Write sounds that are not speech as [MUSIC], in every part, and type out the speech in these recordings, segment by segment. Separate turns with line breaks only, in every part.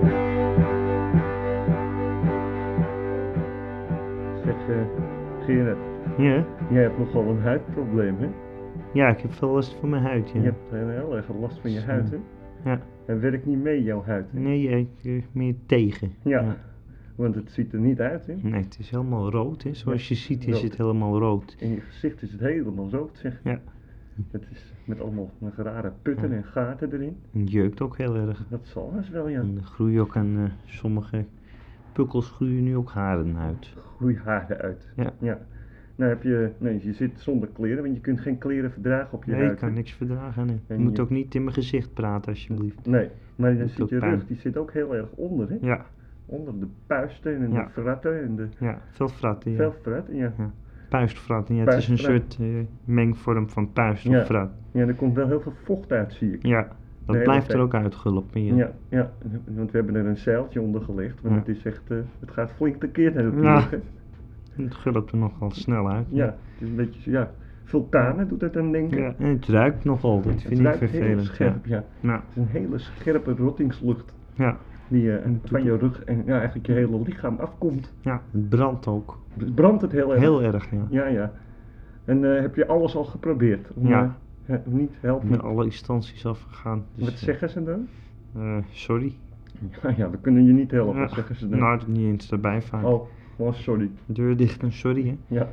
eh,
Ja.
Jij hebt nogal een huidprobleem, hè?
ja, ik heb veel last van mijn huid. Ja.
Je hebt heel erg last van je
Zo.
huid, hè?
Ja.
En werkt niet mee, jouw huid. hè?
Nee, ja, ik eh, meer tegen.
Ja. Want het ziet er niet uit, hè?
Nee, het is helemaal rood. Hè. Zoals je ziet is
rood.
het helemaal rood.
In je gezicht is het helemaal rood, zeg.
Ja.
Het is met allemaal nog rare putten en gaten erin.
En het jeukt ook heel erg.
Dat zal eens wel, ja.
En er groeien ook aan eh, sommige pukkels groeien nu ook haren uit.
Groeiharen uit.
Ja.
ja. Nou heb je... Nee, je zit zonder kleren, want je kunt geen kleren verdragen op je
Nee,
huid.
ik kan
hè?
niks verdragen. Nee. Je
En
moet
je-
ook niet in mijn gezicht praten, alsjeblieft.
Nee, maar dan
Doet
zit
ook
je rug,
pijn.
die zit ook heel erg onder, hè?
Ja,
Onder de puisten en
Ja.
de fratten en de...
ja. veel fratten. Ja.
Veel fratten, ja.
Puistfratten, ja. Het is een
Puistfrat.
soort eh, mengvorm van puist of
Ja.
frat.
Ja, er komt wel heel veel vocht uit, zie ik.
Ja, dat
Nee,
blijft
oké.
er ook uitgelopen. Ja.
Ja, ja, want we hebben er een zeiltje onder gelegd, want
Ja.
het is echt, eh, het gaat flink tekeer keer
Ja.
natuurlijk. hè.
Het gulpt er nogal snel uit.
ja, het is een beetje, ja, vulkanen doet het aan denken.
Ja, en het ruikt nogal, dat
het
vind ik
ruikt heel
vervelend.
scherp, ja.
Ja. Nou,
Het is een hele scherpe rottingslucht
ja,
die eh,
En het
van
doet-
je rug en ja, eigenlijk je hele lichaam afkomt.
ja, het brandt ook.
Het brandt het heel erg.
Heel erg, ja.
Ja, ja. En eh, heb je alles al geprobeerd? Om,
Ja.
eh, eh, niet
Ik
helpen.
ben alle instanties afgegaan. Dus,
Wat zeggen ze dan?
eh, eh, sorry.
Ja, ja, we kunnen je niet helpen,
Ja,
zeggen ze dan.
Nou, dat niet eens erbij vaak.
Oh, oh, sorry.
Deur dicht en sorry, hè?
Ja.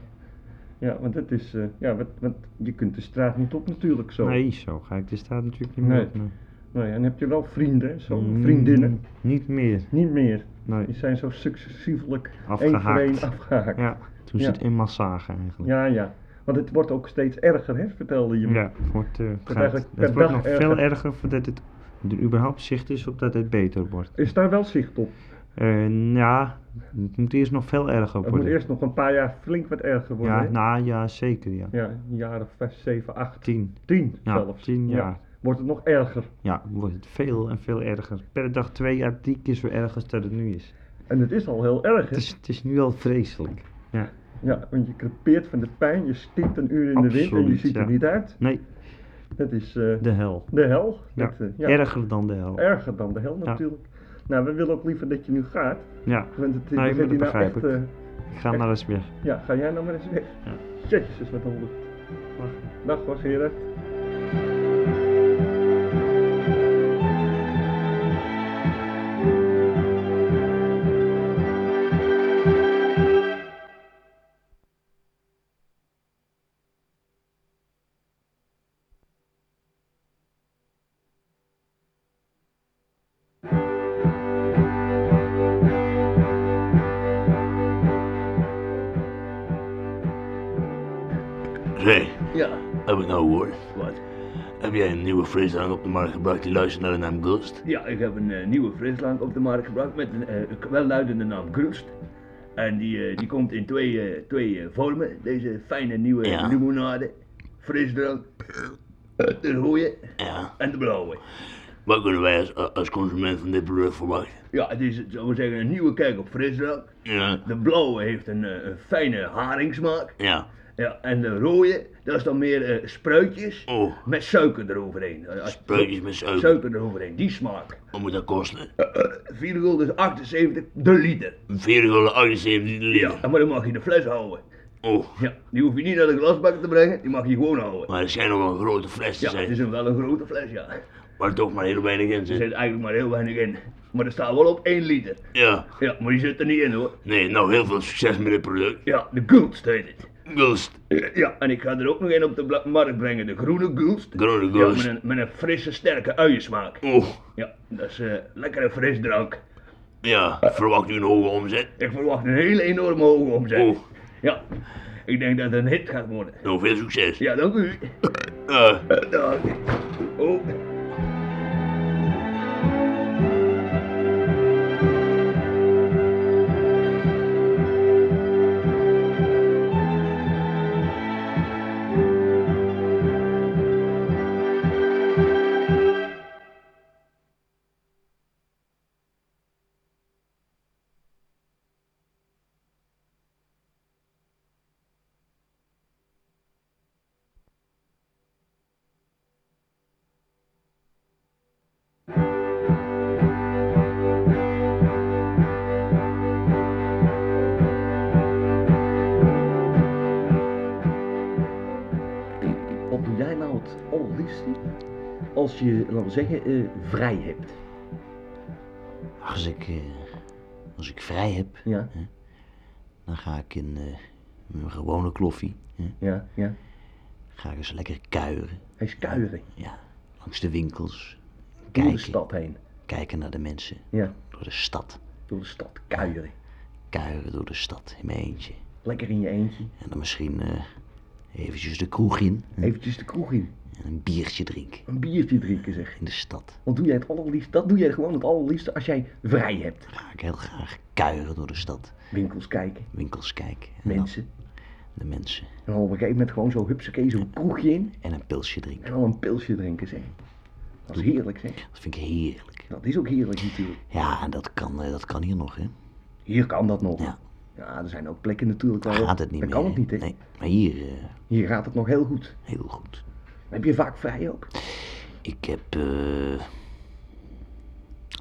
Ja, want het is, eh, ja, want, want je kunt de straat niet op natuurlijk zo.
Nee, zo ga ik de staat natuurlijk niet meer
Nee.
op. nee.
Nou ja, en heb je wel vrienden, hè, zo,
Mm,
vriendinnen?
Niet meer,
Niet meer.
nee.
Die zijn zo successievelijk één voor
Afgehaakt.
één afgehaakt.
Ja, toen
Ja.
zit in massagen eigenlijk.
ja, ja. Want het wordt ook steeds erger, hè, vertelde je me.
Ja, het wordt, eh, gaat-
eigenlijk per
het wordt
dag
nog
erger.
veel erger voordat het er überhaupt zicht is op dat het beter wordt.
Is daar wel zicht op?
Eh ja, het moet eerst nog veel erger
Het
worden.
moet eerst nog een paar jaar flink wat erger worden,
ja,
hè?
nou ja, zeker ja.
Ja, een jaar of vijf, zeven, acht,
Tien.
tien
Ja,
zelfs.
tien jaar.
Wordt het nog erger.
Ja, wordt het veel en veel erger. Per dag twee à drie keer zo erg als dat het nu is.
En het is al heel erg, hè?
Het is, het is nu al vreselijk. Ja,
Ja, want je crepeert van de pijn, je stinkt een uur in de wind en je
Absoluut,
ziet er
ja.
niet uit.
nee,
Dat is eh,
de hel.
de hel.
Ja,
Dat, eh,
Erger dan de hel.
Erger dan de hel
Ja.
natuurlijk. Nou, we willen ook liever dat je nu gaat.
Ja,
Want het
Nee,
we
ik
zitten
moet-
hier nou echt.
begrijp ik.
eh,
ik ga maar eens weg.
ja, ga jij nou maar eens weg.
Ja.
Jezus, wat een lucht. Dag hoor, Gerard.
Hey,
Ja,
heb ik nou gehoord?
wat?
Heb jij een nieuwe frisdrank op de markt gebracht die luistert naar de naam Ghost?
Ja, ik heb een eh, nieuwe frisdrank op de markt gebracht met een eh, welluidende naam Grust. En die, eh, die komt in twee, eh, twee eh, vormen. Deze fijne nieuwe
Ja.
limonade, frisdrank, de rode
Ja.
en de blauwe.
Wat kunnen wij als, als consument van dit product verwachten?
Ja, het is, zullen we zeggen, een nieuwe kijk op frisdrank.
Ja.
De blauwe heeft een, eh, een fijne haringsmaak.
Ja.
Ja, en de rode, dat is dan meer eh, spruitjes
Oh.
met suiker eroverheen. Eh, als-
Spreukjes met suiker.
Suiker eroverheen, die smaak.
Wat moet dat kosten?
4,78 de liter.
4,78 liter.
Ja, maar dan mag je de fles houden.
Oh.
Ja, die hoef je niet naar de glasbak te brengen, die mag je gewoon houden.
Maar het zijn nogal grote flessen
Ja, het
zijn.
is een, wel een grote fles, ja. Er
Waar toch maar heel weinig in zit.
zit eigenlijk maar heel weinig in. Maar er staat wel op 1 liter.
Ja.
Ja, maar die zit er niet in hoor.
Nee, nou heel veel succes met dit product.
Ja, de Gulst heet het.
Ghost.
Ja, en ik ga er ook nog een op de bla- markt brengen, de groene Gulst.
Groene
Ja, met
Ghost.
een, met een frisse, sterke uiensmaak.
Oh.
Ja, dat is eh lekkere frisdrank.
Ja. Verwacht u een hoge omzet?
Ik verwacht een hele enorme hoge omzet.
Oh.
Ja, ik denk dat het een hit gaat worden.
Nou, veel succes.
Ja, dank u.
Eh,
Dag. Oh. Oh, als je, laten we zeggen, eh, vrij hebt.
Als ik, eh, als ik vrij heb,
Ja,
dan ga ik in eh, mijn gewone kloffie. hè,
ja, ja.
ga ik eens lekker kuieren.
Hij is kuieren.
Ja, langs de winkels.
Door de
Kijken,
stad heen.
kijken naar de mensen.
Ja,
Door de stad.
door de stad. Kuieren.
Kuieren door de stad in mijn eentje.
Lekker in je eentje.
Hm.
En dan misschien eh, eventjes de kroeg in. hè,
Eventjes de kroeg in.
En een biertje drinken
Een biertje drinken zeg.
in de stad.
Want doe jij het allerliefst, dat doe jij gewoon het allerliefste als jij vrij hebt.
Ga ik heel graag kuieren door de stad.
Winkels kijken,
Winkels kijken. En dan
mensen.
De mensen.
En dan op een gegeven moment gewoon zo hupsakee zo'n kroegje in.
En een pilsje drinken.
En dan een pilsje drinken zeg. Dat is heerlijk zeg.
Dat vind ik heerlijk.
Dat is ook heerlijk natuurlijk.
Ja, en dat kan, eh, dat kan hier nog, hè.
Hier kan dat nog.
Ja.
Ja, er zijn ook plekken natuurlijk
Daar
waar
gaat het niet
daar
meer.
kan het
hè.
niet hè.
Nee, maar hier eh,
Hier gaat het nog heel goed.
heel goed.
Heb je vaak vrij ook?
Ik heb eh,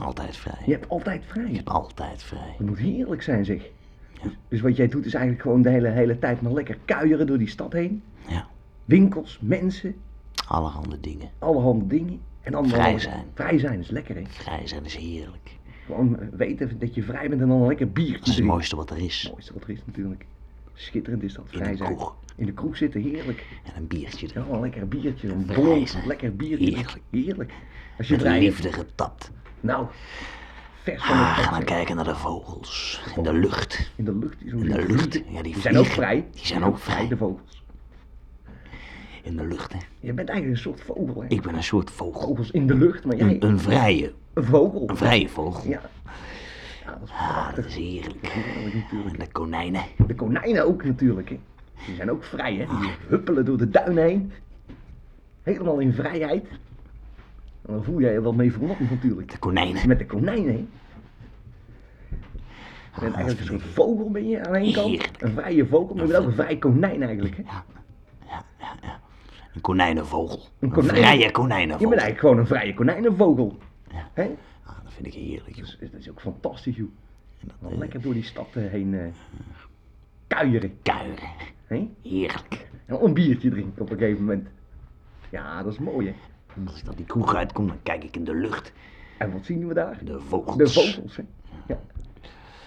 altijd vrij.
Je hebt altijd vrij.
Ik heb altijd vrij.
Het moet heerlijk zijn zeg.
Ja.
Dus wat jij doet is eigenlijk gewoon de hele, hele tijd maar lekker kuieren door die stad heen.
Ja,
Winkels, mensen,
allerhande dingen.
allerhande dingen. En dan
Vrij
dan-
zijn.
Vrij zijn is lekker hè.
Vrij zijn is heerlijk.
Gewoon eh, weten dat je vrij bent en dan een lekker biertje
Dat is het
drinken.
mooiste wat er is.
Het mooiste wat er is natuurlijk. Schitterend is dat,
In
vrij
een
zijn.
kroeg.
In de kroeg zitten, heerlijk.
En een biertje
Ja,
drinken.
een lekker biertje, een
Vrij
blond,
zijn.
lekker biertje.
Heerlijk.
Heerlijk. Als je
Met
vrij
liefde getapt.
hebt. Nou, vers van
Ah,
het
ga dan
vet.
kijken naar de vogels. In de lucht.
In de lucht. Zo
In de lucht. Ja, die
die zijn ook
vliegen.
vrij.
Die zijn ook vrij.
de vogels.
In de lucht, hè.
Je bent eigenlijk een soort vogel, hè?
Ik ben een soort vogel.
Vogels in de lucht, maar jij
Een, een vrije.
een vogel.
Een vrije vogel.
Ja. ja, dat is
Ah, dat
prachtig.
is heerlijk.
Heerlijk natuurlijk.
En de konijnen.
De konijnen ook natuurlijk, hè. Die zijn ook vrij, hè. Die
Ah.
huppelen door de duinen heen. Helemaal in vrijheid. En dan voel jij je wel mee verlokken natuurlijk.
De konijnen.
Met de konijnen, hè.
Ah,
Je bent eigenlijk een soort vogel ben je aan één kant.
Heerlijk.
Een vrije vogel, maar je bent ook een vrij konijn eigenlijk, hè.
Een konijnenvogel. Een,
konijn-
vrije
Je bent
konijnenvogel.
eigenlijk gewoon een vrije konijnenvogel.
Ja.
Hè?
Ah, dat vind ik heerlijk, joh.
Dus dat is ook fantastisch, joh.
En dat,
Dan
eh,
lekker door die stad eh, heen eh, kuieren,
Kuilen.
hè.
Heerlijk.
En dan een biertje drinken op een gegeven moment. Ja, dat is mooi, hè.
En Als ik dan die kroeg uitkom, dan kijk ik in de lucht.
En wat zien we daar?
De vogels.
De vogels, hè? Ja.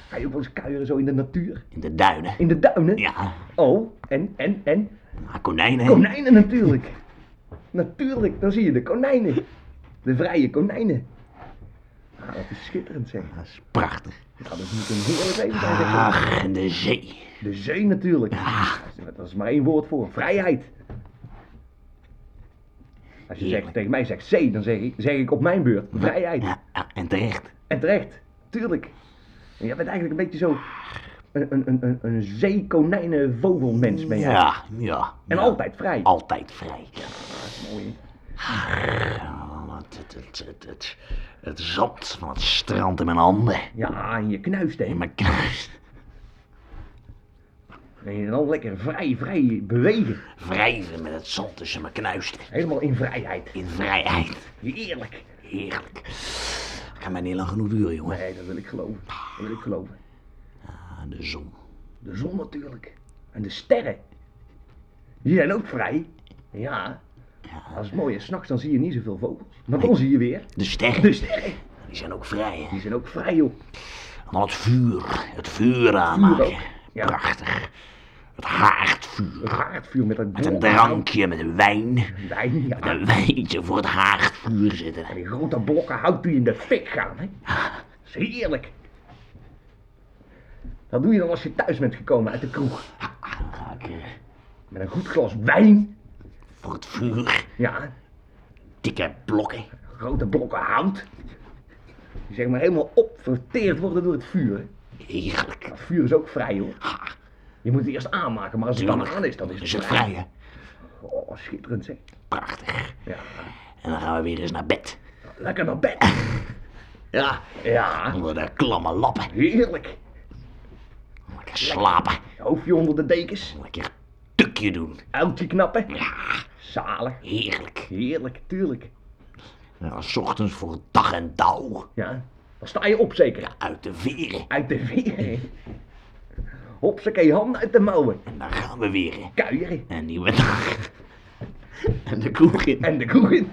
Ga je ook wel eens kuieren zo in de natuur?
In de duinen.
In de duinen?
Ja.
Oh, en, en, en?
Ah, konijnen. hè.
Konijnen natuurlijk! Natuurlijk, dan zie je de konijnen. De vrije konijnen. Ah, dat is schitterend, zeg.
Dat is prachtig.
Ja, dat moet een heerlijk leven zijn, zeg.
Ach, en de zee.
De zee natuurlijk.
Ah.
Dat is maar één woord voor. Vrijheid. Als je
Heerlijk.
zegt, tegen mij zegt zee, dan zeg ik, zeg ik op mijn beurt vrijheid.
Ja, ja, en terecht.
En terecht, tuurlijk. En jij bent eigenlijk een beetje zo. Een, een, een, een, een zeekonijnenvogelmens ben jij.
Ja, ja.
En
ja.
altijd vrij.
Altijd vrij.
Mooi, hè?
Ah, Het, het, het, het, het, het zand van het strand in mijn handen.
Ja, en je knuist hè.
In mijn kruis.
En je dan lekker vrij, vrij bewegen.
Wrijven met het zand tussen mijn knuisten.
Helemaal in vrijheid.
In vrijheid.
Heerlijk.
Heerlijk. Het kan mij niet lang genoeg duren, jongen.
Nee, dat wil ik geloven. Dat wil ik geloven.
Ah, de zon.
De zon natuurlijk. En de sterren. Die zijn ook vrij. Ja. Dat is mooi. En s'nachts dan zie je niet zoveel vogels. Maar dan zie je weer.
De sterren.
De sterren.
Die zijn ook vrij, hè.
Die zijn ook vrij, joh.
En dan het vuur. Het vuur aanmaken.
ook, ja.
Prachtig. Het haardvuur.
Het haardvuur met dat
Met een drankje, met een wijn.
Wijn, ja.
Een wijntje voor het haardvuur zitten.
En die grote blokken hout die in de fik gaan, hè? Dat is heerlijk. Dat doe je dan als je thuis bent gekomen uit de kroeg.
Dan ga ik eh,
Met een goed glas wijn.
voor het vuur.
Ja,
Dikke blokken.
grote blokken hout. Die zeg maar helemaal opverteerd worden door het vuur. hè.
Heerlijk.
Dat vuur is ook vrij hoor. Je moet het eerst aanmaken, maar als het dan aan is, dan
Is
is
het
het
vrij, hè?
Oh, schitterend zeg.
Prachtig.
Ja.
En dan gaan we weer eens naar bed.
Lekker naar bed.
Ja.
Ja,
Onder de klamme lappen.
heerlijk.
Lekker slapen.
Hoofdje onder de dekens.
Lekker tukje doen.
Uiltje knappen.
Ja,
Zalig.
heerlijk.
Heerlijk, tuurlijk.
En dan 's ochtends voor dag en dauw.
Ja, dan sta je op zeker.
Uit de veren.
Uit de veren. Hopsakee, handen uit de mouwen.
En dan gaan we weer. hè.
Kuieren.
Een nieuwe dag. [LAUGHS] En de kroeg in.
En de kroeg in.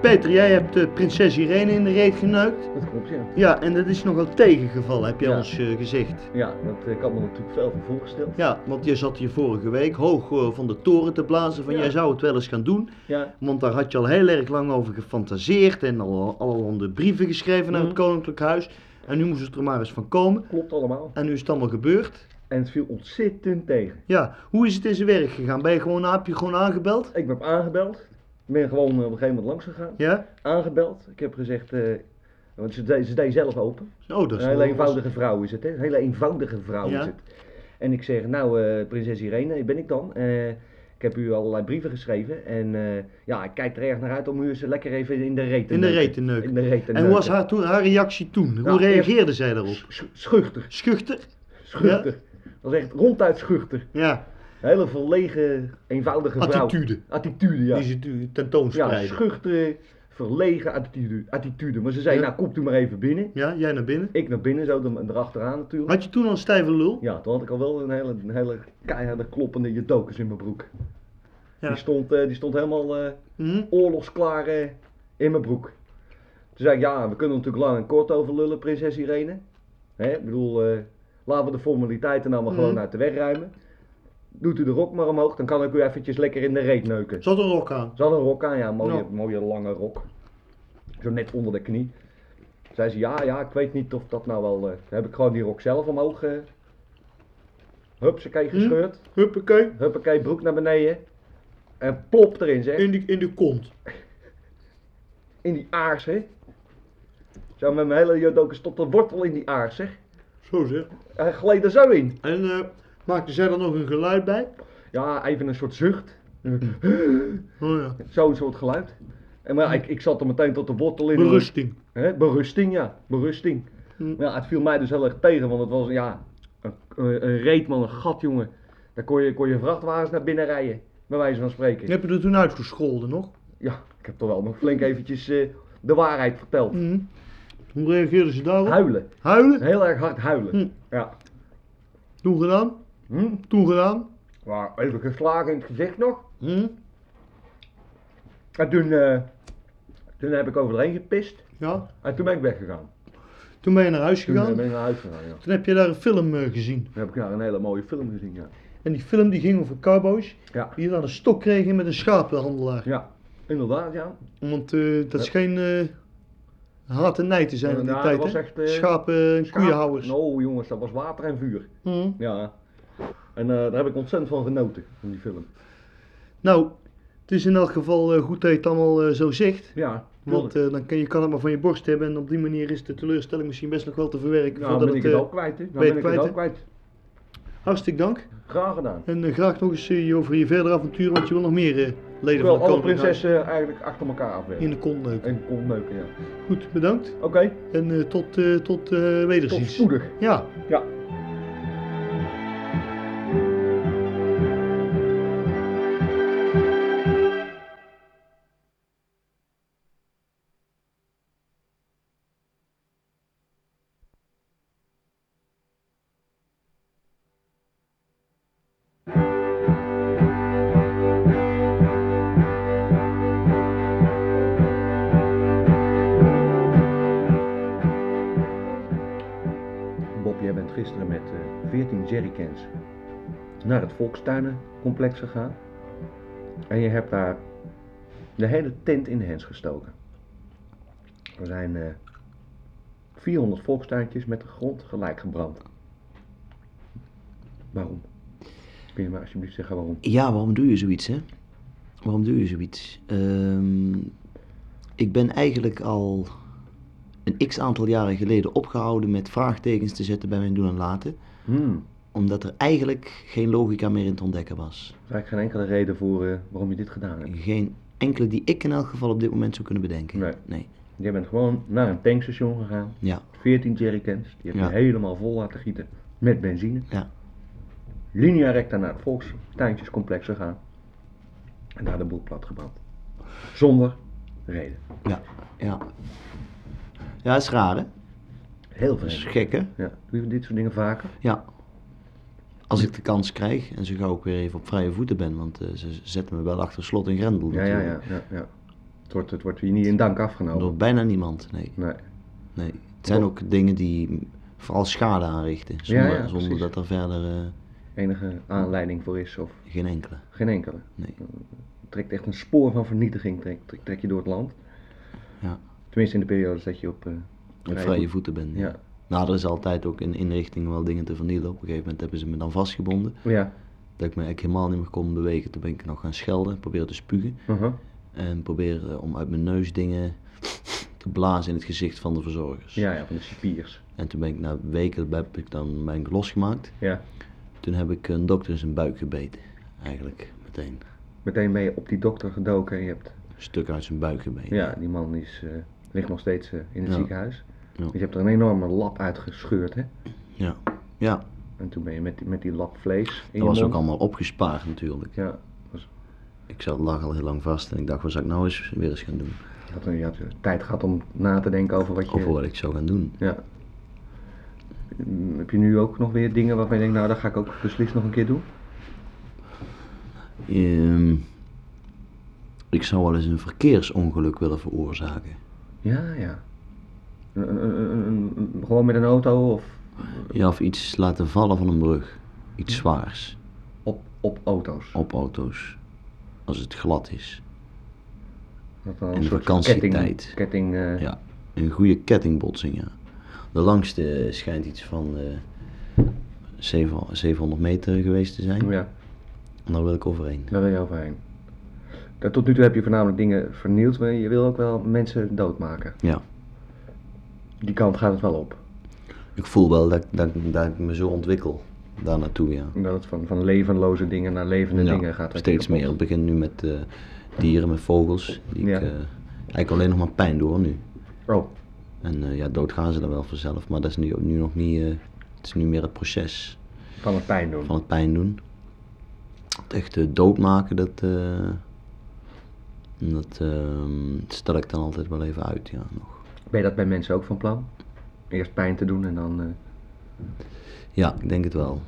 Peter, jij hebt eh, prinses Irene in de reet geneukt.
Dat klopt, ja.
Ja, en dat is nogal tegengevallen, heb je
Ja.
ons eh, gezegd.
Ja, dat eh, ik had me natuurlijk veel van voorgesteld.
Ja, want je zat hier vorige week hoog eh, van de toren te blazen van
Ja.
jij zou het wel eens gaan doen.
Ja,
Want daar had je al heel erg lang over gefantaseerd en al allerhande brieven geschreven naar het
Mhm.
Koninklijk Huis. En nu moest het er maar eens van komen.
klopt allemaal.
En nu is het allemaal gebeurd.
En het viel ontzettend tegen.
Ja, hoe is het in zijn werk gegaan? Ben je gewoon, heb je gewoon aangebeld?
Ik ben hem aangebeld. Ik ben gewoon eh, op een gegeven moment langs gegaan.
Ja?
Aangebeld. Ik heb gezegd, eh, want ze deed, ze deed zelf open.
Oh, dat is
Een hele
wel-
eenvoudige vrouw is het, hè? Een hele eenvoudige vrouw
Ja.
is het. En ik zeg, nou, eh, prinses Irene, hier ben ik dan. Eh, ik heb u allerlei brieven geschreven. En eh, ja, ik kijk er erg naar uit om u eens lekker even in de reet te
In de
neuken.
reet te neuken.
In de reet te
En hoe was
neuken.
haar, toen, haar reactie toen? Hoe
Nou,
reageerde zij daarop?
Sch- sch- Schuchter,
Schuchter?
schuchter. Dat is echt ronduit schuchter.
Ja,
Een hele verlegen, eenvoudige vrouw.
Attitude.
Attitude, ja.
die ze tu-
Ja,
tentoonspreiden. Ja,
schuchtere, verlegen attitude. attitude. Maar ze zei,
Ja.
nou, komt u maar even binnen.
jij naar binnen.
Ik naar binnen, zo dan- erachteraan natuurlijk.
Had je toen al een stijve lul?
Ja, toen had ik al wel een hele, een hele keiharde kloppende jadokers in mijn broek.
Ja.
Die, stond, eh, die stond helemaal eh,
Hm?
oorlogsklaar eh, in mijn broek. Toen zei ik, ja, we kunnen er natuurlijk lang en kort over lullen, prinses Irene. Hè, ik bedoel, eh, laten we de formaliteiten nou maar
Mhm.
gewoon uit de weg ruimen. Doet u de rok maar omhoog, dan kan ik u eventjes lekker in de reet neuken.
Zat een rok aan.
Ze had een rok aan, ja, een mooie,
Ja.
mooie lange rok. Zo net onder de knie. Zei ze, ja, ja, ik weet niet of dat nou wel... eh, heb ik gewoon die rok zelf omhoog... eh hupsakee gescheurd.
Huppakee.
Huppakee, broek naar beneden. En plop erin, zeg.
In de, in de kont.
In die aars, hè. Zo met mijn hele jodoken stond een wortel in die aars, zeg.
Zo zeg.
Hij gleed er zo in.
En eh, maakte zij dan nog een geluid bij?
Ja, even een soort zucht.
Oh ja.
[GASPS] Zo'n soort geluid. En maar ja, ik, ik zat er meteen tot de wortel in.
Berusting.
Hè, berusting, ja. Berusting.
Hm.
Ja, het viel mij dus heel erg tegen, want het was ja, een, een, een reetman, een gat, jongen. Daar kon je, kon je vrachtwagens naar binnen rijden, bij wijze van spreken.
Heb je er toen uitgescholden nog?
Ja, ik heb toch wel nog flink eventjes eh, de waarheid verteld.
Hm. Hoe reageerden ze daarop?
Huilen.
Huilen?
Heel erg hard huilen.
Hm.
Ja.
Toen gedaan?
Hm?
Toen gedaan?
Maar even geslagen in het gezicht nog.
Hm?
En toen, eh, toen heb ik overheen gepist.
Ja.
En toen ben ik weggegaan.
Toen ben je naar huis
Toen eh, ben
gegaan.
ik naar huis gegaan, ja.
Toen heb je daar een film eh, gezien.
Toen heb ik daar een hele mooie film gezien, ja.
En die film die ging over cowboys
Ja,
die dan een stok kregen met een schapenhandelaar.
ja. inderdaad, ja.
Want eh, dat
Ja.
scheen eh, haat en nijd te zijn in die
Ja,
tijd.
dat
hè?
was echt, eh,
Schapen en
Schaap-
koeienhouders.
Oh jongens, dat was water en vuur.
Mhm.
Ja. En eh, daar heb ik ontzettend van genoten, van die film.
Nou, het is in elk geval eh, goed dat je het allemaal eh, zo zegt.
Ja,
Want eh, dan kan je kan het maar van je borst hebben. En op die manier is de teleurstelling misschien best nog wel te
nou,
verwerken.
dan
voordat
ben ik
het,
het
eh,
al kwijt, hè. Dan
ben je
ben ik
kwijt,
het al
hè?
kwijt.
hartstikke dank.
Graag gedaan.
En eh, graag nog eens eh, je over je verdere avonturen. Want je wil nog meer eh,
Ik
leden
wil
van de
alle
koning
prinsessen eigenlijk achter elkaar afwerken.
in de kont neuken.
En kom neuken, ja.
Goed, bedankt.
Oké,
En eh, tot, eh, tot eh,
tot
wederziens.
spoedig.
ja.
Ja. Bob, jij bent gisteren met eh, 14 jerrycans naar het Volkstuinencomplex gegaan. En je hebt daar de hele tent in de hens gestoken. Er zijn eh, 400 volkstuintjes met de grond gelijk gebrand. Waarom? Kun je me alsjeblieft zeggen waarom?
Ja, waarom doe je zoiets, hè? Waarom doe je zoiets? Ehm, ik ben eigenlijk al een x aantal jaren geleden opgehouden met vraagtekens te zetten bij mijn doen en laten.
Hmm.
Omdat er eigenlijk geen logica meer in te ontdekken was.
Er is eigenlijk geen enkele reden voor eh, waarom je dit gedaan hebt.
Geen enkele die ik in elk geval op dit moment zou kunnen bedenken.
Nee.
nee.
Jij bent gewoon naar een tankstation gegaan.
Ja.
14 jerrycans. Die heb je
Ja.
helemaal vol laten gieten met benzine.
Ja.
Linea recta naar het volkstuintjescomplex gegaan. En daar de boel plat gebrand. Zonder reden.
Ja. Ja. Ja, is raar, hè?
Heel veel.
Dat is gek, hè?
Ja, doe je dit soort dingen vaker?
Ja. Als ik de kans krijg en zo gauw ik weer even op vrije voeten ben, want eh, ze zetten me wel achter slot en grendel
Ja, ja,
natuurlijk.
ja. ja, ja.
Het wordt, het wordt hier niet in dank afgenomen.
Door bijna niemand, nee.
Nee.
nee. Het zijn ook dingen die vooral schade aanrichten, zonder,
ja,
zonder
precies.
dat er verder eh,
Enige aanleiding voor is of
geen enkele.
geen enkele.
Nee.
Het trekt echt een spoor van vernietiging trek, trek, trek je door het land.
Ja.
Tenminste in de periodes dat je op... eh,
Op
vrije
vrije
voet-
voeten bent. ja.
Ja.
Nou, er is altijd ook in inrichting wel dingen te vernielen. Op een gegeven moment hebben ze me dan vastgebonden.
Ja.
Dat ik me eigenlijk helemaal niet meer kon bewegen. Toen ben ik nog gaan schelden, proberen te spugen.
uh-huh.
En proberen eh, om uit mijn neus dingen te blazen in het gezicht van de verzorgers.
ja, ja, van de cipiers.
En toen ben ik na weken heb ik dan, ben ik losgemaakt.
Ja.
Toen heb ik een dokter in zijn buik gebeten. Eigenlijk meteen.
Meteen ben je op die dokter gedoken en je hebt...
Een stuk uit zijn buik gebeten.
Ja, die man die is, eh, ligt nog steeds eh, in het
Ja.
ziekenhuis.
Ja.
Want je hebt er een enorme lap uitgescheurd, hè?
Ja. Ja,
En toen ben je met die, met die lap vlees in
dat was
je
ook
mond.
allemaal opgespaard natuurlijk.
Ja,
Ik zat, lag al heel lang vast en ik dacht, wat zou ik nou eens weer eens gaan doen?
je had, je had tijd gehad om na te denken over wat je...
Of wat ik zou gaan doen.
Ja. Mm, Heb je nu ook nog weer dingen waarvan je denkt, nou, dat ga ik ook beslist nog een keer doen?
Ehm, ik zou wel eens een verkeersongeluk willen veroorzaken.
Ja, ja. Een- een- een- een- een- gewoon met een auto of
Ja, of iets laten vallen van een brug. Iets zwaars.
op, op auto's.
Op auto's. Als het glad is.
Dat dan een
in de
soort
vakantietijd.
Ketting, ketting eh,
Ja. Een goede kettingbotsing, ja. De langste eh, schijnt iets van eh, zeven- 700 meter geweest te zijn.
ja,
En daar wil ik overheen.
daar wil je overheen. Dat- Tot nu toe heb je voornamelijk dingen vernield, maar je wil ook wel mensen doodmaken.
Ja.
Die kant gaat het wel op.
Ik voel wel dat, dat, dat ik me zo ontwikkel. Daar naartoe, ja.
Dat het van, van levenloze dingen naar levende
Ja,
dingen gaat. dat je
Steeds
kapot-
meer. Het begint nu met eh, dieren, met vogels. Die
Ja.
ik eh, eigenlijk alleen nog maar pijn doe hoor, nu.
Oh,
En eh, ja, dood gaan ze dan wel vanzelf, maar dat is nu, nu nog niet. eh, het is nu meer het proces
van het pijn doen.
van het pijn doen. Het echt eh, doodmaken, dat. eh, dat ehm, stel ik dan altijd wel even uit, ja. Nog.
Ben je dat bij mensen ook van plan? Eerst pijn te doen en dan... eh,
Ja, ik denk het wel.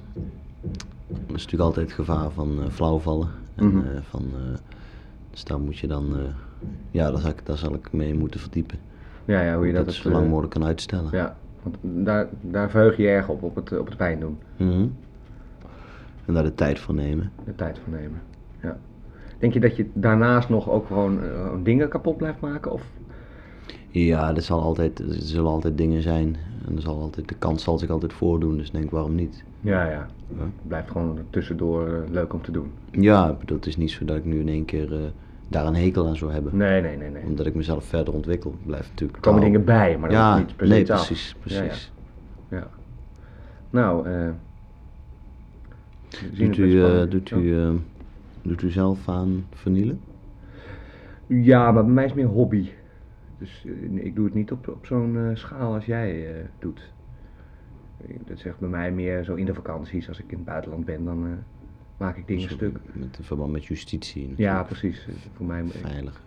Er is natuurlijk altijd het gevaar van eh, flauwvallen. En
Mhm.
eh, van. eh, dus daar moet je dan. eh, ja, daar zal, ik, daar zal ik mee moeten verdiepen.
ja, ja, hoe je dat...
dat het
het,
zo lang
eh,
mogelijk kan uitstellen.
Ja, want daar, daar verheug je je erg op, op het, op het pijn doen.
Mhm. En daar de tijd voor nemen.
De tijd voor nemen. Ja. Denk je dat je daarnaast nog ook gewoon eh, dingen kapot blijft maken? Of
Ja, er, zal altijd, er zullen altijd dingen zijn. En er zal altijd, de kans zal zich altijd voordoen, dus ik denk waarom niet?
Ja, ja.
Ja.
Het blijft gewoon tussendoor eh, leuk om te doen.
Ja, ik bedoel, het is niet zo dat ik nu in één keer eh, daar een hekel aan zou hebben.
Nee, nee, nee, nee. Er
Omdat ik mezelf verder ontwikkel. Ik blijf natuurlijk.
komen
trouw.
dingen bij, maar dat
Nou, ja,
is niet per se
nee,
iets af.
precies.
Ja, ja.
precies.
Nou, eh
Doet, u, eh, doet, u, eh, doet u zelf aan vernielen?
Ja, maar bij mij is het meer hobby. Dus eh, ik doe het niet op, op zo'n eh, schaal als jij eh, doet. Ik- Dat zegt bij mij meer zo in de vakanties. Als ik in het buitenland ben, dan eh, maak ik dingen
Zo,
stuk.
Met, in verband met justitie.
Ja,
natuurlijk.
precies. Eh, Voor mij eh,
Veilig.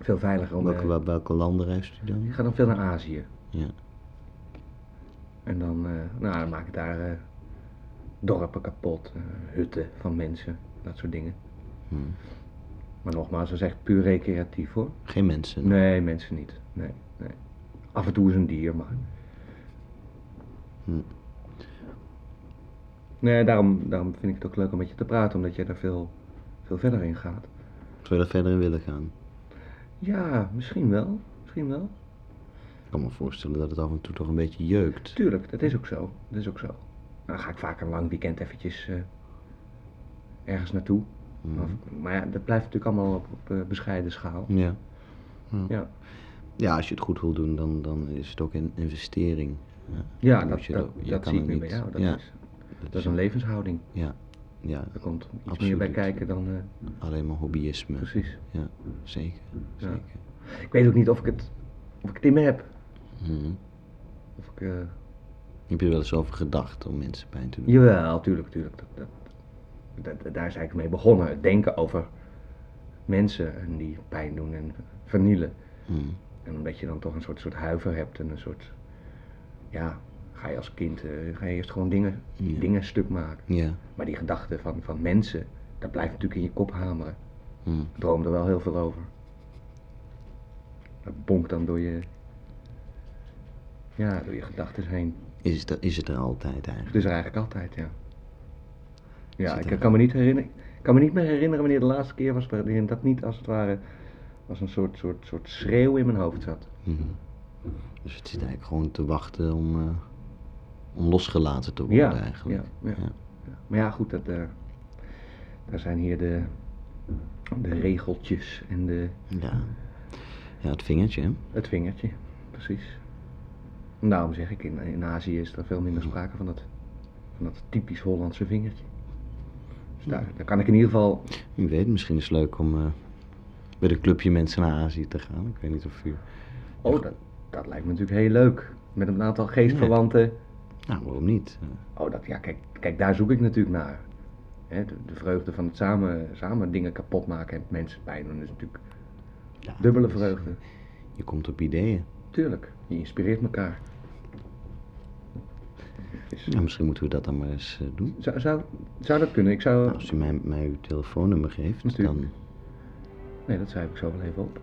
veel veiliger om.
Welke,
eh,
wel- welke landen reist u
Je
dan?
gaat dan veel naar Azië.
Ja.
En dan, eh, nou, dan maak ik daar eh, dorpen kapot, eh, hutten van mensen, dat soort dingen.
Hm.
Maar nogmaals, dat is echt puur recreatief hoor.
Geen mensen.
Nee, mensen niet. Nee, nee. Af en toe is een dier, maar.
Hm.
Nee, daarom, daarom vind ik het ook leuk om met je te praten, omdat jij daar veel, veel verder in gaat.
Zou je daar verder in willen gaan?
Ja, misschien wel. Misschien wel.
Ik kan me voorstellen dat het af en toe toch een beetje jeukt.
Tuurlijk, dat is ook zo. Dat is ook zo. Dan ga ik vaak een lang weekend eventjes eh, ergens naartoe.
Mhm.
Of- maar ja, dat blijft natuurlijk allemaal op, op eh, bescheiden schaal.
Ja.
Ja.
Ja, als je het goed wil doen, dan, dan is het ook een investering.
Ja,
Dan
dat,
moet je
dat,
dat- je
dat
kan
zie ik
het
nu bij
niet.
jou. Dat,
Ja.
is, dat is een levenshouding.
Ja, ja,
Er komt iets meer
Absoluut.
bij kijken dan... eh,
alleen maar hobbyisme.
precies.
Zeker,
Ja.
zeker.
Ik weet ook niet of ik het, of ik het in me heb.
Mhm.
Of ik, eh,
Heb je er wel eens over gedacht om mensen pijn te doen?
jawel, tuurlijk, tuurlijk. Dat, dat, dat- daar is eigenlijk mee begonnen. Het denken over mensen en die pijn doen en vernielen.
Mhm.
En omdat je dan toch een soort, soort huiver hebt en een soort... Ja, ga je als kind eh, ga je eerst gewoon dingen,
Ja.
dingen stuk maken.
Ja.
Maar die gedachte van, van mensen, dat blijft natuurlijk in je kop hameren.
Mhm.
Ik droom er wel heel veel over.
Dat bonkt dan door je, ja, door je gedachten heen.
Is het, er- is het er altijd eigenlijk?
Het is er Dus eigenlijk altijd, ja. Ja,
Zit
ik
er-
kan me, niet herinneren, ik kan me niet meer herinneren wanneer de laatste keer was waarin dat niet als het ware als een soort, soort, soort schreeuw in mijn hoofd zat.
Mhm. Dus het zit eigenlijk gewoon te wachten om, eh, om losgelaten te worden
Ja,
eigenlijk.
ja, ja. Maar ja, goed, dat, eh, daar zijn hier de, de regeltjes en de,
Ja. Ja, het vingertje. hè?
het vingertje, precies. En Daarom zeg ik, in, in Azië is er veel minder sprake van dat, van dat typisch Hollandse vingertje. Dus daar, daar kan ik in ieder geval
Wie weet, misschien is het leuk om eh met een clubje mensen naar Azië te gaan. Ik weet niet of u...
Oh, dat, dat lijkt me natuurlijk heel leuk. Met een aantal geestverwanten.
Nou, waarom niet? Eh,
Oh, dat, ja, kijk, kijk, daar zoek ik natuurlijk naar. Hè, de, de vreugde van het samen, samen dingen kapot maken en mensen pijn doen is natuurlijk
ja,
dubbele
dus
vreugde.
Je komt op ideeën.
Tuurlijk, je inspireert elkaar. Dus,
Ja, Nou, misschien moeten we dat dan maar eens eh, doen.
zou, zou, zou dat kunnen? Ik zou...
Nou, als u mij, mij uw telefoonnummer geeft,
Natuurlijk.
dan...
Nee, dat schrijf ik zo wel even op.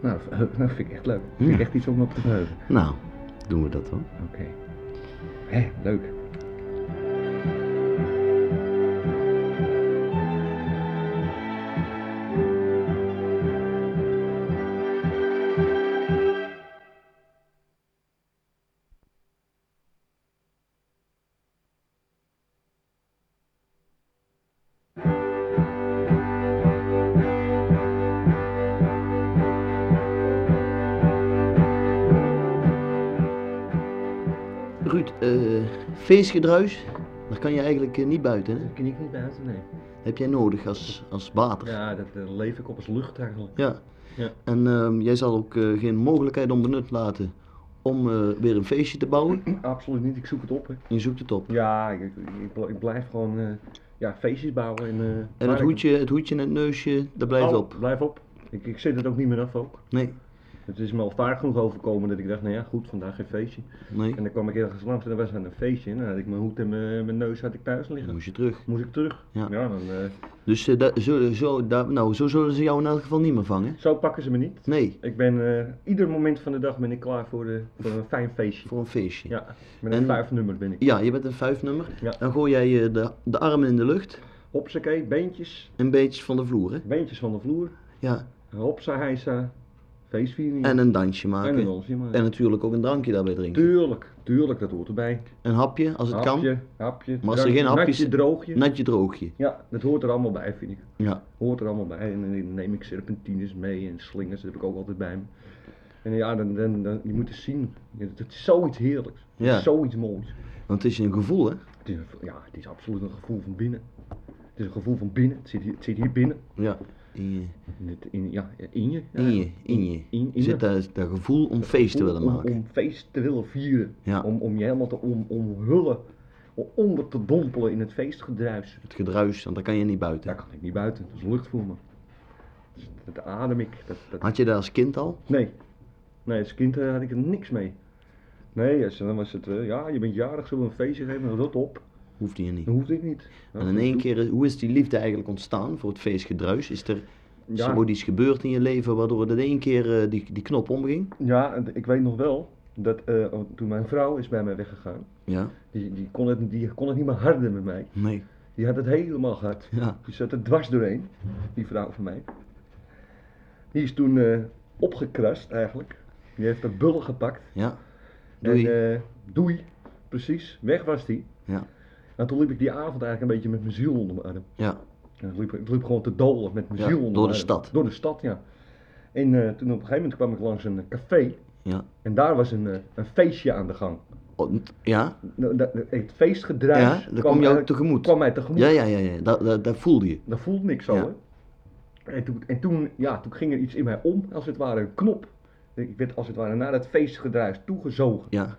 Nou, dat, verheug- dat vind ik echt leuk. Dat vind ik
Ja.
echt iets om op te verheugen.
Nou, doen we dat hoor.
Oké. Hé, leuk.
Ruud, eh, feestgedruis, daar kan je eigenlijk eh, niet buiten. Hè?
kan ik niet buiten, nee.
Heb jij nodig als, als water.
Ja, dat eh, leef ik op als lucht eigenlijk.
Ja.
Ja.
En ehm, jij zal ook eh, geen mogelijkheid onbenut laten om eh, weer een feestje te bouwen.
Absoluut niet, ik zoek het op. Hè.
Je zoekt het op.
Ja, ik, ik- ik bl- ik blijf gewoon eh, ja, feestjes bouwen. En, eh,
En het
maar ik-
hoedje, het hoedje en het neusje, dat blijft
Oh,
op.
Blijf op. Ik, ik zet het ook niet meer af ook.
Nee,
Het is me al vaak genoeg overkomen dat ik dacht, nou ja, goed, vandaag geen feestje.
nee.
En dan kwam ik ergens langs en er was dan een feestje. En dan had ik mijn hoed en mijn, mijn neus had ik thuis
Dan
liggen.
moet je terug.
Moest ik terug.
Ja.
dan, eh,
Dus eh, da- zo, zo, da- nou, zo zullen ze jou in elk geval niet meer vangen.
zo pakken ze me niet.
Nee,
Ik ben, eh, ieder moment van de dag ben ik klaar voor, de, voor een fijn feestje.
voor een feestje.
Ja, met een
En-
vijf nummer ben ik.
Ja, je bent een vijfnummer.
Ja.
Dan gooi jij eh, de, de armen in de lucht.
Hopsakee, beentjes,
Een beetje van de vloer, hè?
beentjes van de vloer.
Ja.
Hopsa, hijsa, feestviering.
En een dansje
en
maken.
een dansje maken.
En natuurlijk ook een drankje daarbij drinken.
Tuurlijk, tuurlijk, dat hoort erbij.
Een hapje, als het
hapje, hapje.
Maar als er
drankje,
geen hapjes-
natje, droogje.
kan. Natje droogje.
Ja, dat hoort er allemaal bij, vind ik.
Ja.
Hoort er allemaal bij. En dan neem ik serpentines mee en slingers, dat heb ik ook altijd bij me. En ja, dan, dan, dan, je moet het zien. Het het is zoiets heerlijks. Het
Ja.
is zoiets moois.
Want het is een gevoel, hè?
Het is, een- ja, het is absoluut een gevoel van binnen. Het is een gevoel van binnen. Het zit hier, het zit hier binnen.
Ja. In je,
In, het- in, ja, in je.
in je, in je.
In- in
Zit daar dat gevoel om feest te willen
Om- om-
maken.
Om feest te willen vieren.
Ja.
Om, om je helemaal te om, omhullen. Om onder te dompelen in het feestgedruis.
Het gedruis, want daar kan je niet buiten.
Daar kan ik niet buiten, dat is lucht voor me. Dus Dat adem ik. Dat, dat...
Had je dat als kind al?
Nee. Nee, als kind eh, had ik er niks mee. Nee, als- dan was het, eh, ja, je bent jarig, zullen we een feestje geven? Rot op.
Hoefde je niet.
Dat hoefde ik niet. Ja,
En in één keer, hoe is die liefde eigenlijk ontstaan voor het feestgedruis? Is er
Ja.
zo iets gebeurd in je leven waardoor het in één keer eh, die, die knop omging?
Ja, en ik weet nog wel dat eh, toen mijn vrouw is bij mij weggegaan,
Ja.
die, die, kon het, die kon het niet meer harder met mij.
Nee.
Die had het helemaal
[LAUGHS]
gehad.
Ja.
Die zat er dwars doorheen, die vrouw van mij. Die is toen eh, opgekrast eigenlijk. Die heeft een bullen gepakt.
Ja.
Doei.
Doei.
En, eh, doei, precies. Weg was die.
Ja.
En toen liep ik die avond eigenlijk een beetje met mijn ziel onder mijn arm.
ja.
En Ik liep, ik liep gewoon te dolen met mijn
Ja,
ziel onder
door de
mijn arm.
stad.
Door de stad, ja. En eh, toen op een gegeven moment kwam ik langs een eh, café.
Ja.
En daar was een, eh, een feestje aan de gang.
Oh, ja.
Nou, dat- dat- Het feestgedruis
Ja, dat kwam jou
eigenlijk-
tegemoet.
kwam mij tegemoet.
Ja, ja, ja, ja. Dat, dat, dat voelde je.
Dat voelde ik zo,
Ja.
hè. En, toen, en toen, ja, toen ging er iets in mij om, als het ware een knop. Ik werd als het ware naar dat feestgedruis toegezogen.
Ja.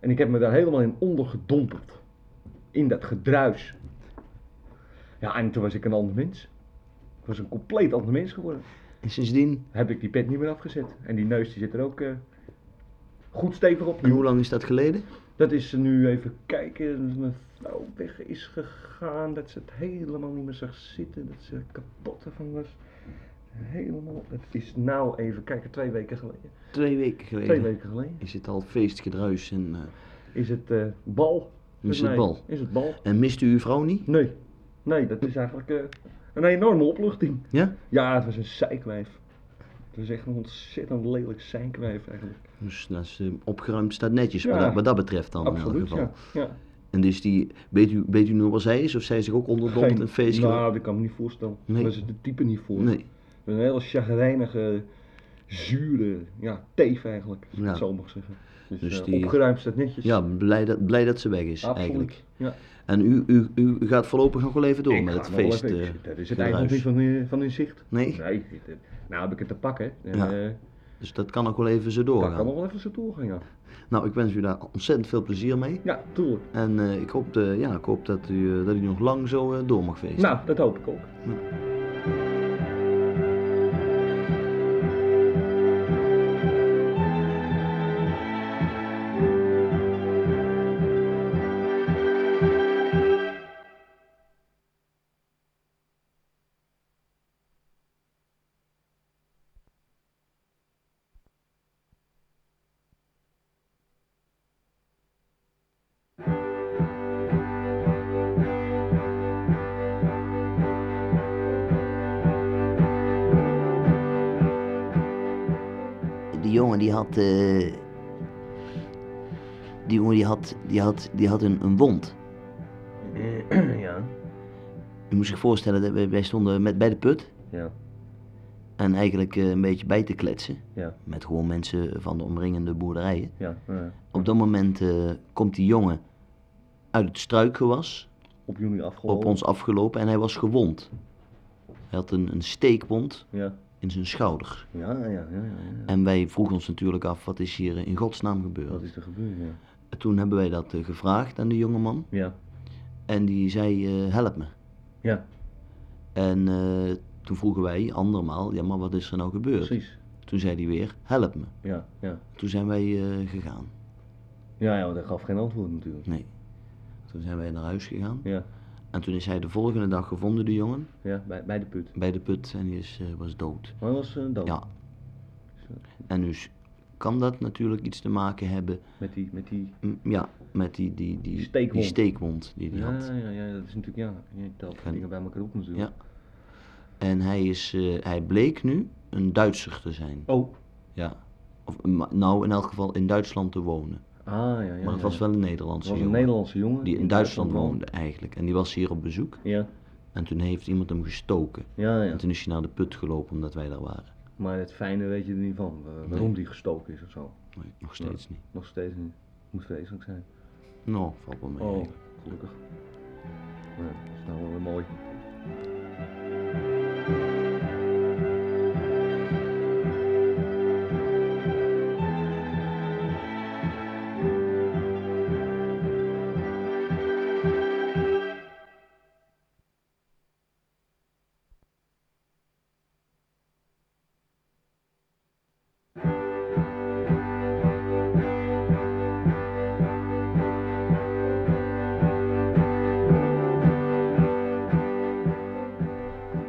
En ik heb me daar helemaal in ondergedompeld. In dat gedruis. Ja, en toen was ik een ander mens. Ik was een compleet ander mens geworden.
En sindsdien,
Heb ik die pet niet meer afgezet. En die neus die zit er ook eh, goed stevig op.
en hoe lang is dat geleden?
Dat is nu even kijken. dat Mijn vrouw weg is gegaan. Dat ze het helemaal niet meer zag zitten. Dat ze er kapot van was. helemaal... Het is nou even kijken, twee weken geleden.
Twee weken geleden
Twee weken geleden.
is het al feestgedruis en, eh,
Is het eh, bal?
Is
Nee,
het bal?
Is het bal?
en mist u uw vrouw niet?
Nee. Nee, dat is eigenlijk eh, een enorme opluchting.
Ja?
Ja, het was een zeikwijf. Het was echt een ontzettend lelijk zeikwijf eigenlijk.
Dus dat is eh, opgeruimd, staat netjes wat,
Ja.
dat, wat dat betreft dan in elk
Absoluut,
geval.
ja. ja.
En dus die, weet u, weet u nog waar zij is of zij zich ook onderdond
Geen-
een feestje?
Nou, dat kan me niet voorstellen.
Nee.
Daar is het de type niet voor.
nee.
Een hele chagrijnige, zure, ja, teef eigenlijk, als ik
Ja.
het zo mag zeggen. Dus,
Dus
eh,
die-
opgeruimd staat netjes.
Ja, blij dat, blij dat ze weg is
Absoluut.
eigenlijk.
Ja.
En u, u, u gaat voorlopig nog wel even door
Ik
met
ga
het
nog wel
feest.
even-
eh,
ik- dat is het
gedruis.
eigenlijk niet van, eh, van in zicht.
Nee?
Nee, dit- dit- nou heb ik het te pakken. En,
Ja,
eh,
Dus dat kan ook wel even zo
dat kan
doorgaan.
nog wel even zo doorgaan, ja.
Nou, ik wens u daar ontzettend veel plezier mee.
Ja, tuurlijk.
En eh, ik, hoop, eh, ja, ik hoop dat u, eh, dat u nog lang zo eh, door mag feesten.
Nou, dat hoop ik ook.
Die jongen die had. eh, die jongen die had, die had, die had een, een wond.
[CLEARS THROAT] ja.
Je moet zich voorstellen, dat wij, wij stonden met, bij de put.
Ja.
En eigenlijk eh, een beetje bij te kletsen.
Ja.
Met gewoon mensen van de omringende boerderijen.
Ja, ja.
Op dat moment eh, komt die jongen uit het struikgewas.
op jullie afgelopen.
Op ons afgelopen en hij was gewond. Hij had een, een steekwond
Ja.
in zijn schouder.
Ja, ja, ja, ja, ja.
En wij vroegen ons natuurlijk af, wat is hier eh, in godsnaam
Wat
gebeurd?
is er gebeurd? Ja.
Toen hebben wij dat eh, gevraagd aan de jongeman.
Ja.
En die zei, eh, help me.
Ja.
En eh, toen vroegen wij andermaal, ja maar wat is er nou gebeurd?
Precies.
Toen zei hij weer, help me.
Ja, ja.
Toen zijn wij eh, gegaan.
Ja, ja, want dat gaf geen antwoord natuurlijk.
Nee. Toen zijn wij naar huis gegaan.
Ja.
En toen is hij de volgende dag gevonden, de jongen,
Ja, bij, bij de put.
bij de put en die is, eh, was dood.
Maar hij was eh, dood.
Ja. En dus kan dat natuurlijk iets te maken hebben
Met die, met die...
m, ja, met die, die, die,
Steekwond.
die steekwond die hij
Ja,
had.
ja, ja, dat is natuurlijk, ja. Je telt
En-
dingen bij elkaar op natuurlijk.
En hij, is, eh, hij bleek nu een Duitser te zijn.
Oh.
Ja. Of, ma- nou, in elk geval in Duitsland te wonen.
Ah, ja, ja.
maar het
ja,
was
ja.
wel een
Het
Nederlandse
was een
jongen.
Nederlandse jongen.
Die in Duitsland woonde eigenlijk. En die was hier op bezoek.
Ja,
En toen heeft iemand hem gestoken.
ja, ja.
En toen is hij naar de put gelopen omdat wij daar waren.
Maar het fijne weet je er niet van. wa- Waarom die gestoken is of zo.
Nee, nog steeds niet.
Nog steeds niet. Moet vreselijk zijn.
Nou, valt wel mee.
Oh,
eigenlijk.
gelukkig. Ja, dat is nou wel weer mooi.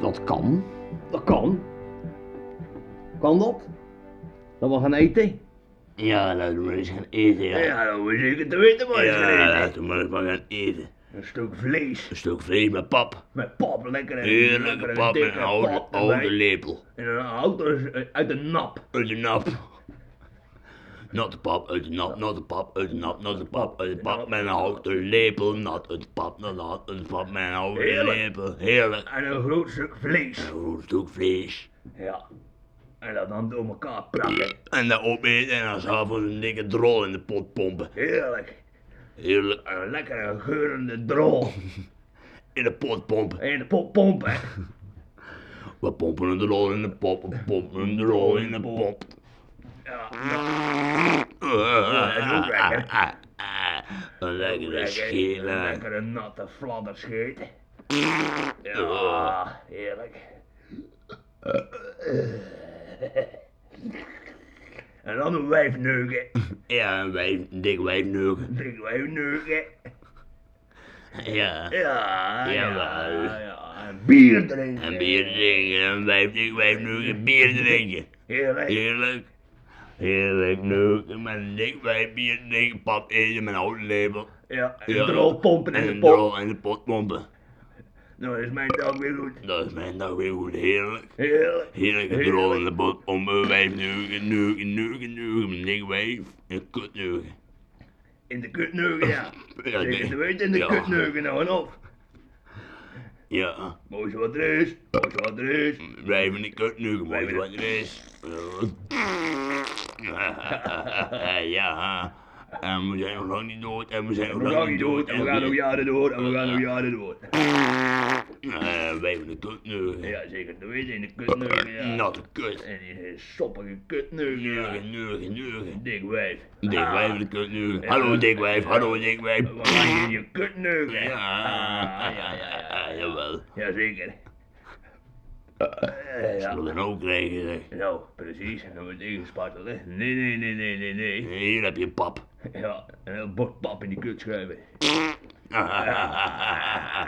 Dat kan.
Dat kan.
Kan dat? Dat we gaan eten?
Ja, laten we maar eens gaan eten, ja.
dat we zeker te weten,
Ja, laten we maar eens maar gaan eten.
Een stuk vlees
Een stuk vlees met pap.
met pap, lekker en
Heerlijke pap met een oude, oude lepel.
En een auto
eh,
uit de nap.
Uit de nap. Natte pap uit de nap, natte pap uit de nap, natte pap uit de pap met een houten lepel. Nat het pap, nat nat het pap met een houten
Heerlijk.
lepel. Heerlijk.
En een groot stuk vlees.
Een groot stuk vlees.
Ja. En dat dan door elkaar prakken.
En dan opeten en dan s'avonds een dikke drol in de pot pompen.
Heerlijk.
Heerlijk.
En een lekkere geurende drol.
In de pot pompen.
En de pop pompen.
We pompen een drol in de pop, we pompen een drol in de pop.
Ja.
Ah,
dat is ook lekker.
ah, ah. [LAUGHS] Een lekkere
Lekker,
schelen.
lekkere natte fladderscheet.
Oh.
Ja,
[LAUGHS]
heerlijk. En dan een wijf neuken.
Ja, een wijf, een dik wijf neuken.
Dik wijf neuken.
Ja.
Ja, ja,
Jawel.
ja.
En bier drinken.
En bier drinken en wijf ik wijf nu een bier drinken.
Heerlijk.
Heerlijk. Heerlijk nu. Mijn dik wijf bier drinken, pap eten met een houtlepel.
Ja, en
Ja.
droogpompen
En
in de
een
pomp.
drol en een pot pompen.
Nou is mijn dag weer goed.
Dat is mijn dag weer goed. Heerlijk.
Heerlijk.
Heerlijke drol in de pot om een wijf neuken, neuken, neuken, neuken. Mijn dik wijf. Een kut neuken.
In de kutneugen, ja.
Ja,
Zeker
nee.
te weten, in de
Ja.
kutneugen nou en op.
Ja.
Mooi wat er is. Mooi wat er is.
Wij van de kut nu, wij
Wij
van de rest. [LAUGHS] Ja, en we zijn nog lang niet dood, en we zijn
We
nog
gaan
lang niet
niet
dood.
dood. En we gaan nog jaren door. En we gaan nog jaren door.
Eh, Wij van de kut nu. Eh,
Ja, zeker te weten,
Eh,
in de kutneugen, ja.
nou.
Natte kut.
En die soppige kutneugen, ja.
Neugen, neugen, neugen.
Dik wijf.
Dik
Ah.
wijf van de kut nu. Hallo dik wijf, hallo dik wijf.
Wat ga je in je kutneugen?
Ja, Eh,
Ah, ja, ja, ja. ja.
jawel.
Jazeker. Eh,
Zullen
ja.
we dan ook krijgen, zeg.
Nou, precies. Dan wordt ingesparteld, hè. Nee, nee, nee, nee, nee, nee.
Hier heb je pap.
Ja, en een bord pap in die kut schuiven.
[LAUGHS]
Ah.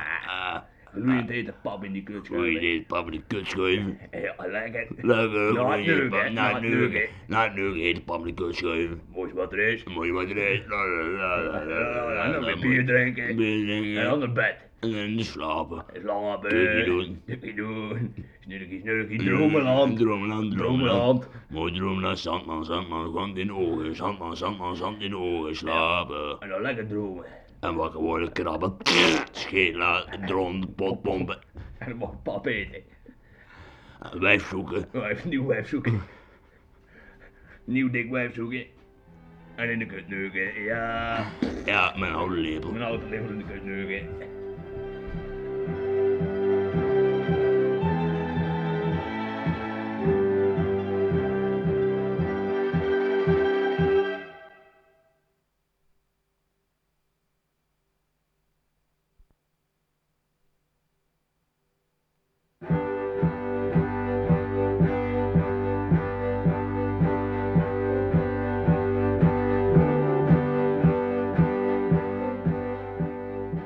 Gloeiend hete pap in die kut
Hoe je
schuiven.
dit pap in de kut schuiven.
Ja, lekker.
Leuk,
Na het neuken, hè? Na
Na
het
neuken.
neuken.
Na het neuken heet de pap nou, in de kut schuiven.
Mooi wat er
Hm.
is.
Moet je wat Nou, erin. La, la, la, la, la, la, la,
En dan
la,
weer bier
nou, moet-
drinken.
bier
En
drinken.
dan Eh, naar bed.
En dan slapen.
Is lang op.
Dukkie doen.
Dukkie doen. Snurkie, snurkie. Dromeland.
Dromeland, dromeland.
Dromeland.
Mooi dromeland, zandman, zandman, zand in de ogen. Zandman, zandman, zand in de ogen. Slapen.
En dan lekker dromen.
En wakker worden, krabben. Scheet laten, dron, potpompen.
En dan mag pap eten.
En Wijf zoeken.
Nou, even een nieuw wijf zoeken. nieuw dik wijf zoeken. En in de kut neuken. Ja,
Ja, mijn oude lepel.
mijn auto ligt in de kut neuken.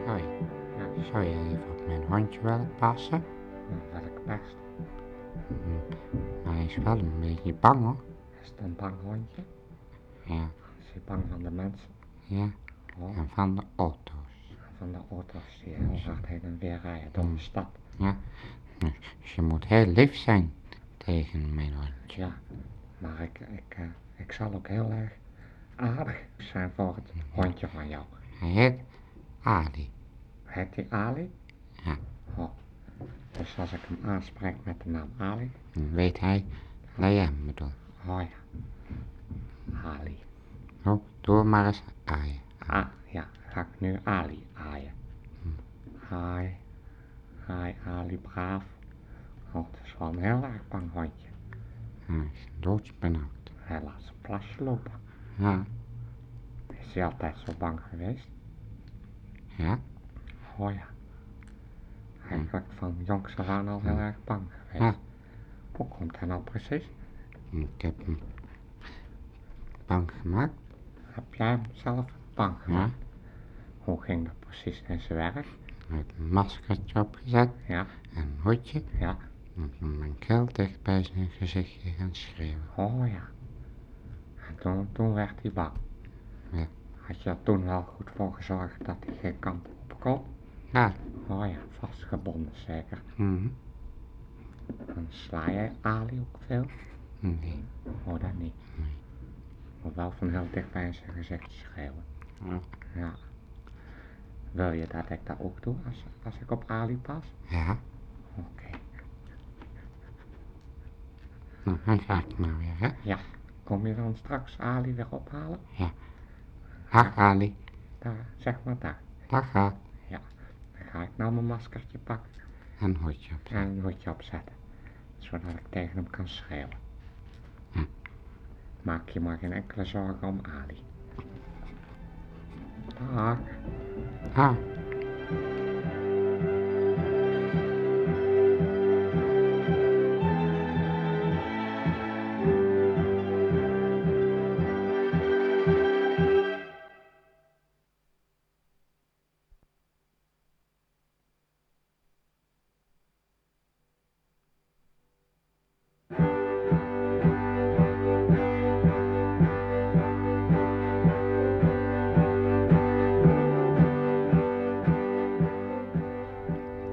Hoi, zou je even op mijn hondje willen passen?
Wel ik best.
Maar hij is wel een beetje bang hoor.
Is het een bang hondje?
Ja,
Is hij bang van de mensen?
ja.
Oh,
En van de auto's. Hm.
van de auto's die heel hard heen en weer rijden door de stad.
Ja. Dus je moet heel lief zijn tegen mijn hondje.
Ja, maar ik, ik, eh, ik zal ook heel erg aardig zijn voor het hondje van jou.
Hij heet Ali.
Heet die Ali?
Ja.
Oh. Dus als ik hem aanspreek met de naam Ali?
Dan weet hij dat jij hem bedoelt.
Oh ja. Ali.
Nou, doe hem maar eens aaien.
Ah, ja. Ga ik nu Ali aaien.
Hm.
Hi. Hi Ali, braaf. Oh, het is wel een heel erg bang hondje.
Hm, Hij is doodsbenauwd.
Hij laat zijn plasje lopen.
Ja,
Is hij altijd zo bang geweest?
ja. Hm.
Oh ja. Eigenlijk van jongs af aan al heel erg bang geweest.
Ja.
Hoe komt hij nou precies?
Ik heb hem bang gemaakt.
Heb jij hem zelf bang
Ja.
gemaakt? Hoe ging dat precies in zijn werk?
Met een maskertje opgezet
Ja,
en een hoedje.
ja.
Ik heb mijn keel dicht bij zijn gezichtje gaan schreeuwen.
Oh ja. En toen, toen werd hij bang.
Ja.
Had je er toen wel goed voor gezorgd dat hij geen kant op kon?
Ja,
Oh ja, vastgebonden zeker.
mhm.
Dan sla jij Ali ook veel?
nee.
Oh, dat niet. Maar wel van heel dichtbij in zijn gezicht schreeuwen.
Ja.
Ja. Wil je dat ik dat ook doe als, als ik op Ali pas?
Ja,
Oké.
nou, hij gaat nou weer, hè?
Ja. Kom je dan straks Ali weer ophalen?
Dag Ali,
Daar, zeg maar daar.
dag gaat.
Dan ga ik nou mijn maskertje pakken
En hoedje op.
en een hoedje opzetten. Zodat ik tegen hem kan schreeuwen.
Hm.
Maak je maar geen enkele zorgen om Ali. Dag.
Ah.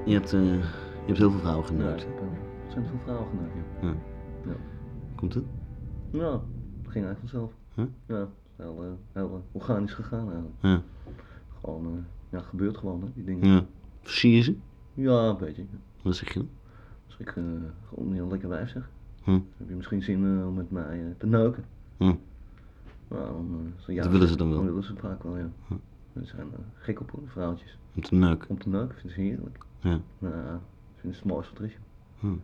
Je hebt, eh, je hebt heel veel vrouwen
Nou,
genoten.
Er zijn veel vrouwen genomen.
Komt het?
Ja. ja, dat ging eigenlijk vanzelf.
Huh?
Ja, heel, eh, heel eh, organisch gegaan eigenlijk.
Ja.
Gewoon, eh, ja, gebeurt gewoon hè, die dingen.
Ja. Versier je ze?
Ja, een beetje.
Wat zeg je dan?
Dus ik eh, gewoon niet een lekker wijf zeg.
Hm.
Heb je misschien zin eh, om met mij eh, te neuken?
Hm.
Nou, dan, eh, zo, ja,
Dat willen ze dan wel.
willen ze vaak wel, ja.
Hm.
Ze zijn eh, gek op eh, vrouwtjes.
Om te neuken.
Om te neuken vinden ze heerlijk.
Ja.
Ja, vinden ze het mooiste wat er is. joh.
Hm.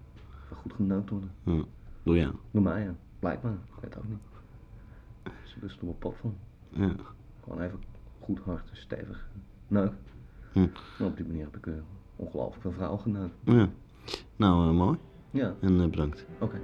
Even Goed geneukt worden.
Door jou.
Door mij, ja. Blijkbaar. Ik weet het ook niet. Ze best er wel pap van.
Ja.
Gewoon even goed hard, en stevig. Neuken.
Hm.
En op die manier heb ik eh, ongelooflijk veel vrouwen geneukt.
ja. Nou, eh, mooi.
Ja,
En eh, bedankt.
oké.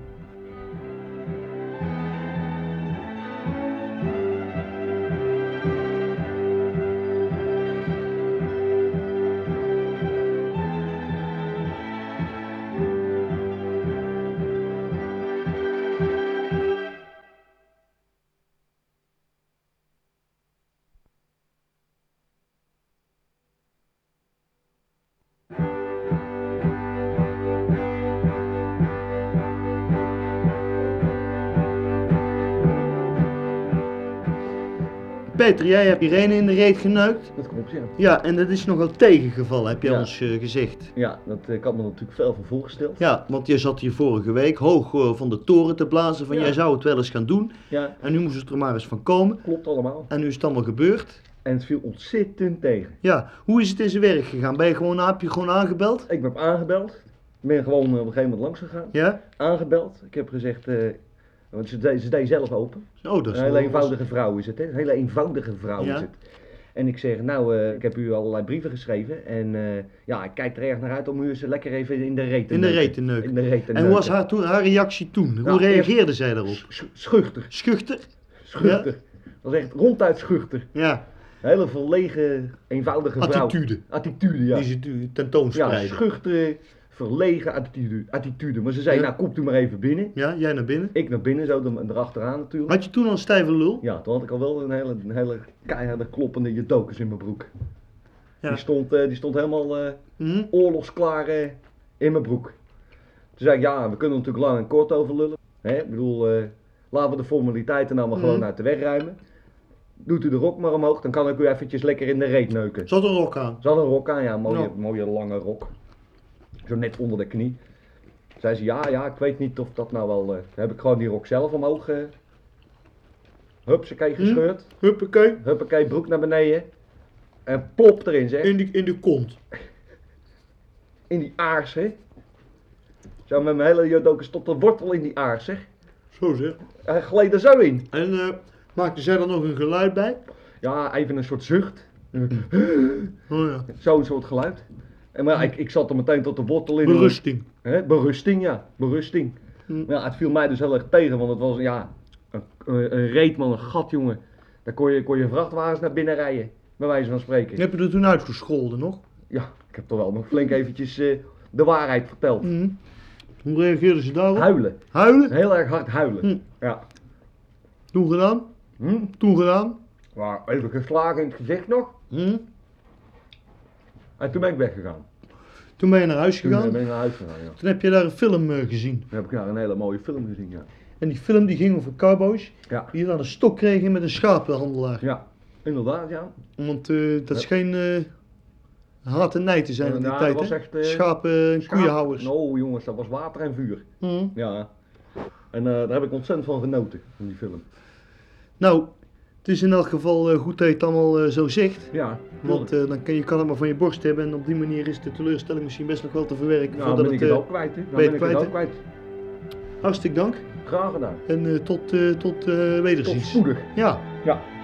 Peter, jij hebt Irene in de reet geneukt.
Dat klopt, ja.
Ja, en dat is nogal tegengevallen, heb je
Ja.
ons eh, gezegd.
Ja, dat, eh, ik had me er natuurlijk veel van voorgesteld.
Ja, want je zat hier vorige week hoog eh, van de toren te blazen van
Ja.
jij zou het wel eens gaan doen.
Ja,
En nu moest het er maar eens van komen.
klopt allemaal.
En nu is het allemaal gebeurd.
En het viel ontzettend tegen.
Ja, hoe is het in zijn werk gegaan? Ben je gewoon, heb je gewoon aangebeld?
Ik ben aangebeld. Ik ben gewoon eh, op een gegeven moment langs gegaan.
Ja?
Aangebeld. Ik heb gezegd, eh, want ze deed, ze deed zelf open.
Oh, dat is
Een hele
wel-
eenvoudige vrouw is het, hè? Een hele eenvoudige vrouw
Ja.
is het. En ik zeg, nou, eh, ik heb u allerlei brieven geschreven. En eh, ja, ik kijk er erg naar uit om u eens lekker even in de reet te
In de
neuken.
reet te neuken.
In de reet te
En hoe was
neuken.
haar, toen, haar reactie toen? Hoe
Nou,
reageerde zij daarop?
eh, Sch- sch- Schuchter,
Schuchter?
schuchter. Dat is echt ronduit schuchter.
Ja,
Een hele verlegen, eenvoudige vrouw.
attitude.
Attitude, ja.
Die ze tu-
Ja,
tentoonspreiden.
schuchtere, verlegen attitude. attitude. Maar ze zei,
Ja.
nou, komt u maar even binnen.
Ja, jij naar binnen.
Ik naar binnen, zo dan- erachteraan natuurlijk.
Had je toen al een stijve lul?
Ja, toen had ik al wel een hele, een hele keiharde kloppende Jadocus in mijn broek.
Ja.
Die, stond, eh, die stond helemaal eh,
Hm?
oorlogsklaar eh, in mijn broek. Toen zei ik, ja, we kunnen er natuurlijk lang en kort over lullen. Hè? Ik bedoel, eh, laten we de formaliteiten nou maar
Mhm.
Hm.
gewoon uit de weg ruimen. Doet u de rok maar omhoog, dan kan ik u eventjes lekker in de reet neuken.
Zat een rok aan.
Ze had een rok aan, ja, een mooie,
Ja.
mooie lange rok. Zo net onder de knie. Zei ze, ja, ja, ik weet niet of dat nou wel... eh, heb ik gewoon die rok zelf omhoog... eh hupsakee gescheurd.
Huppakee.
Huppakee, broek naar beneden. En plop erin, zeg. In,
In de, in de kont.
die aars, hè. Zo met mijn hele jodokus tot de wortel in die aars, zeg.
Zo zeg.
Hij gleed er zo in.
En eh, maakte zij dan nog een geluid bij?
Ja, even een soort zucht.
Oh ja.
Zo'n soort geluid. En maar ja, ik, ik zat er meteen tot de wortel in.
Berusting.
Hè, berusting, ja. Berusting.
Hm.
Ja, het viel mij dus heel erg tegen, want het was ja, een, een, een reet, man, een gat, jongen. Daar kon je, kon je vrachtwagens naar binnen rijden, bij wijze van spreken.
Heb je er toen uitgescholden nog?
Ja, ik heb toch wel nog flink eventjes eh, de waarheid verteld.
Hm. Hoe reageerden ze daarop?
Huilen.
Huilen?
Heel erg hard huilen.
Hm.
Ja.
Toen gedaan?
Hm?
Toen gedaan?
Maar even geslagen in het gezicht nog.
Hm.
En toen ben ik weggegaan.
Toen ben je naar huis
Toen
gegaan?
eh, ben ik naar huis gegaan, ja.
Toen heb je daar een film eh, gezien.
Toen heb ik daar een hele mooie film gezien, ja.
En die film die ging over cowboys
Ja,
die dan een stok kregen met een schapenhandelaar.
ja. inderdaad, ja.
Want eh, dat scheen eh haat en nijd te zijn in die
Ja, dat
tijd,
was
hè?
echt, eh,
Schapen en koeienhouders.
Nou jongens, dat was water en vuur.
Hm.
Ja. En eh, daar heb ik ontzettend van genoten, van die film.
Nou, het is in elk geval eh, goed dat je het allemaal eh, zo zegt.
Ja,
Want eh, dan kan, je kan het maar van je borst hebben en op die manier is de teleurstelling misschien best nog wel te verwerken.
nou,
voordat
ben ik
het,
het
eh,
ook kwijt, hè. Dan
ben je
ben ik
kwijt,
het ook kwijt.
hartstikke dank
Graag gedaan.
en eh, tot, eh, tot eh,
Tot
wederziens.
spoedig.
ja,
Ja.